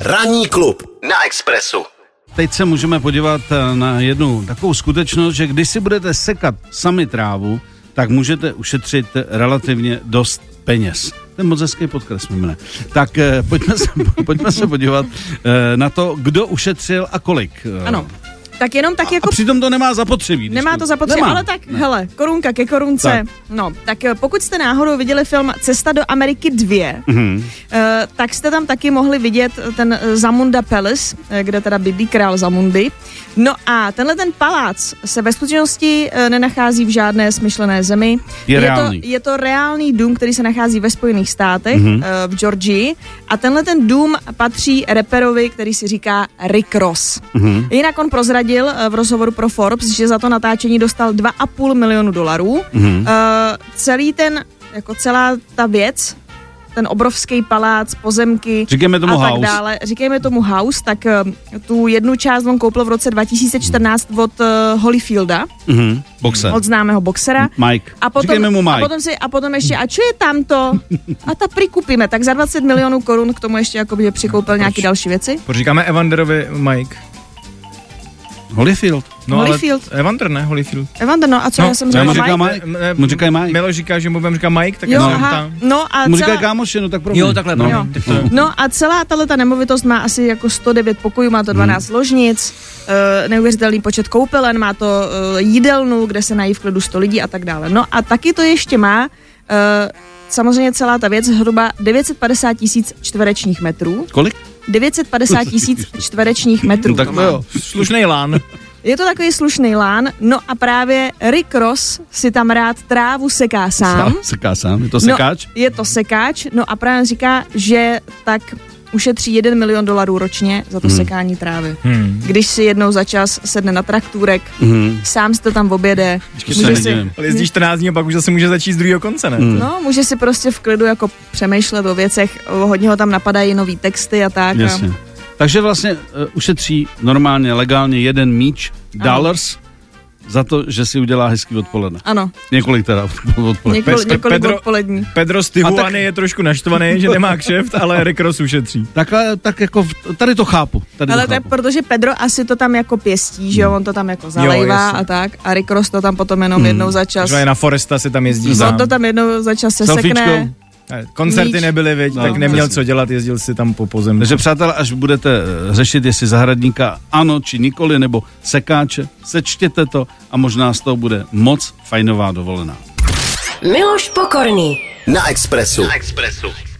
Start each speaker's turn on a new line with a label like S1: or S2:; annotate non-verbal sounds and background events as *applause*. S1: Ranní klub na Expressu.
S2: Teď se můžeme podívat eh, na jednu takovou skutečnost, že když si budete sekat sami trávu, tak můžete ušetřit relativně dost peněz. Ten moc hezký podkres, mimine. Tak eh, pojďme se, *laughs* pojďme se podívat eh, na to, kdo ušetřil a kolik. Eh,
S3: Ano. Tak jenom tak
S2: A
S3: jako
S2: přitom to nemá zapotřebí. když
S3: Nemá
S2: to-
S3: to zapotřebí,
S2: Nemá.
S3: ale tak, ne. hele, korunka ke korunce.
S2: Tak.
S3: Tak. No, tak eh, pokud jste náhodou viděli film Cesta do Ameriky 2,
S2: Mhm.
S3: mm-hmm. eh, tak jste tam taky mohli vidět ten eh, Zamunda Palace, eh, kde teda bydlí král Zamundy. No a tenhle ten palác se ve skutečnosti eh, nenachází v žádné smyšlené zemi.
S2: Je
S3: to,
S2: reálný.
S3: je to reálný dům, který se nachází ve Spojených státech,
S2: Mhm.
S3: mm-hmm. v Georgii. A tenhle ten dům patří reperovi, který si říká Rick Ross.
S2: Mhm.
S3: Mm-hmm. Jinak on prozradil eh, v rozhovoru pro Forbes, že za to natáčení dostal 2,5 milionu dolarů. Mm-hmm.
S2: Mhm.
S3: celý ten, jako celá ta věc, ten obrovský palác, pozemky
S2: Říkejme tomu
S3: a tak
S2: house.
S3: dále. Říkejme tomu house, tak eh, tu jednu část on koupil v roce 2014 od eh, Holyfielda,
S2: Mhm, boxer.
S3: od známého boxera.
S2: Mike.
S3: A potom,
S2: Říkejme mu
S3: a
S2: Mike.
S3: potom si, a potom ještě, a čo je tamto? A ta prikupíme, tak za 20 milionů korun k tomu ještě jakoby, že přikoupil nějaké další věci.
S4: Poříkáme Evanderovi Mike. No,
S2: Holyfield.
S4: ale-
S3: Holyfield.
S4: Evander, ne Holyfield.
S3: Evander, no a co
S4: No,
S3: já jsem
S4: já
S2: Já mu
S3: řekla
S4: říkám-
S2: říká
S3: Mike?
S2: Mike.
S4: M- eh,
S2: Mu říká Mike.
S4: Milo říká, že mu budem říká Mike, tak
S3: Jo,
S4: já jsem
S3: aha,
S4: tam.
S3: no a
S2: Mu říká
S3: celá,
S2: kámoši, no tak promiň.
S4: Jo, takhle,
S2: No.
S3: jo.
S4: Tak to-
S3: No a celá tahle ta nemovitost má asi jako 109 pokojů, má to 12 ložnic, eh, neuvěřitelný počet koupelen, má to eh, jídelnu, kde se nají v klidu 100 lidí a tak dále. No a taky to ještě má eh, samozřejmě celá ta věc hruba 950 tisíc čtverečních metrů.
S2: Kolik? No
S3: 950 tisíc čtverečních metrů.
S2: tak
S3: to
S2: to
S3: má.
S2: jo.
S4: Slušnej lán.
S3: Je to takový slušný lán, no a právě Rick Ross si tam rád trávu seká sám.
S2: Seká sám, je to sekáč?
S3: No, je to sekáč, no a právě říká, že tak ušetří 1 milion dolarů ročně za to hmm. sekání trávy.
S4: Hmm.
S3: Když si jednou za čas sedne na traktůrek,
S2: Mhm.
S3: sám si to tam objede,
S2: to
S3: může
S2: nedivím.
S3: si,
S4: Ale jezdí 14 dní a pak už zase může začít z druhého konce,
S2: Hmm.
S4: ne?
S3: no, může si prostě v klidu jako přemýšlet o věcech, o- hodně ho tam napadají nový texty a tak.
S2: Jasně. Takže vlastně uh, ušetří normálně, legálně jeden míč, dollars, za to, že si udělá hezký odpoledne.
S3: Ano,
S2: Několik teda *laughs* odpoledne.
S3: několik,
S4: Pe-
S3: několik
S4: Pedro-
S3: odpolední.
S4: Pedro z
S2: A
S4: Tihuany
S2: tak-
S4: je trošku naštvaný, že nemá kšeft, ale Rick Ross ušetří.
S2: Takhle, tak jako, v- tady to chápu. Tady
S3: Ale
S2: to
S3: to je
S2: chápu.
S3: protože Pedro asi to tam jako pěstí, že jo, on to tam jako zalejvá
S4: Hmm. jasně. Hmm.
S3: a tak a Rick Ross to tam potom jenom jednou za čas.
S4: Že na Foresta se tam jezdí
S3: On
S4: sám.
S3: No, to tam jednou za čas se
S2: Selfiečkou.
S3: sekne.
S4: Eh, Koncerty
S3: Míč.
S4: nebyly, viď,
S2: No,
S4: tak neměl
S2: přesně.
S4: co dělat, jezdil si tam po pozemku.
S2: Takže přátelé, až budete eh, řešit, jestli zahradníka ano či nikoli, nebo sekáče, sečtěte to a možná z toho bude moc fajnová dovolená.
S5: Miloš Pokorný.
S1: Na Expressu. Na Expressu.